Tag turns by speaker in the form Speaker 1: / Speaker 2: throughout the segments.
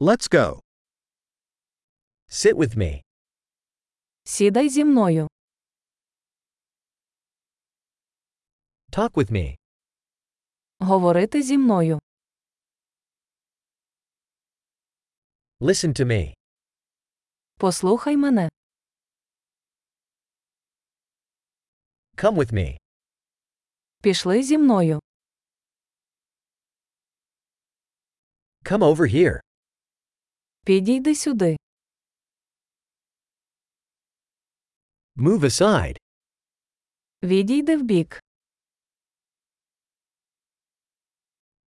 Speaker 1: Let's go. Sit with me.
Speaker 2: Сідай зі мною.
Speaker 1: Talk with me.
Speaker 2: Говорити зі мною.
Speaker 1: Listen to me.
Speaker 2: Послухай мене.
Speaker 1: Come with me.
Speaker 2: Пішли зі мною.
Speaker 1: Come over here.
Speaker 2: Підійди сюди.
Speaker 1: Move aside.
Speaker 2: Відійди вбік.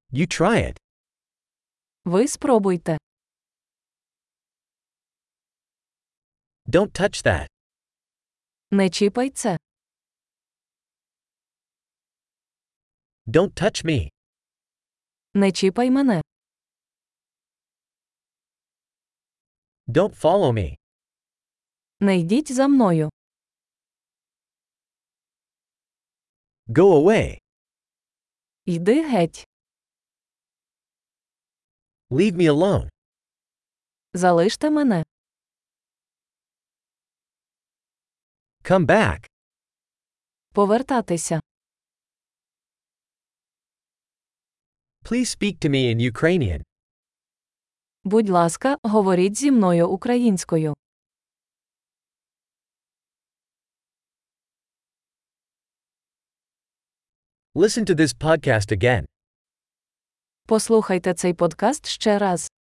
Speaker 1: You try it.
Speaker 2: Ви спробуйте.
Speaker 1: Don't touch that.
Speaker 2: Не чіпай це.
Speaker 1: Don't touch me.
Speaker 2: Не чіпай мене.
Speaker 1: Don't follow me.
Speaker 2: Не йдіть за мною.
Speaker 1: Go away.
Speaker 2: Йди геть.
Speaker 1: Leave me alone.
Speaker 2: Залиште мене.
Speaker 1: Come back.
Speaker 2: Повертатися.
Speaker 1: Please speak to me in Ukrainian.
Speaker 2: Будь ласка, говоріть зі мною українською.
Speaker 1: Listen to this podcast again.
Speaker 2: Послухайте цей подкаст ще раз.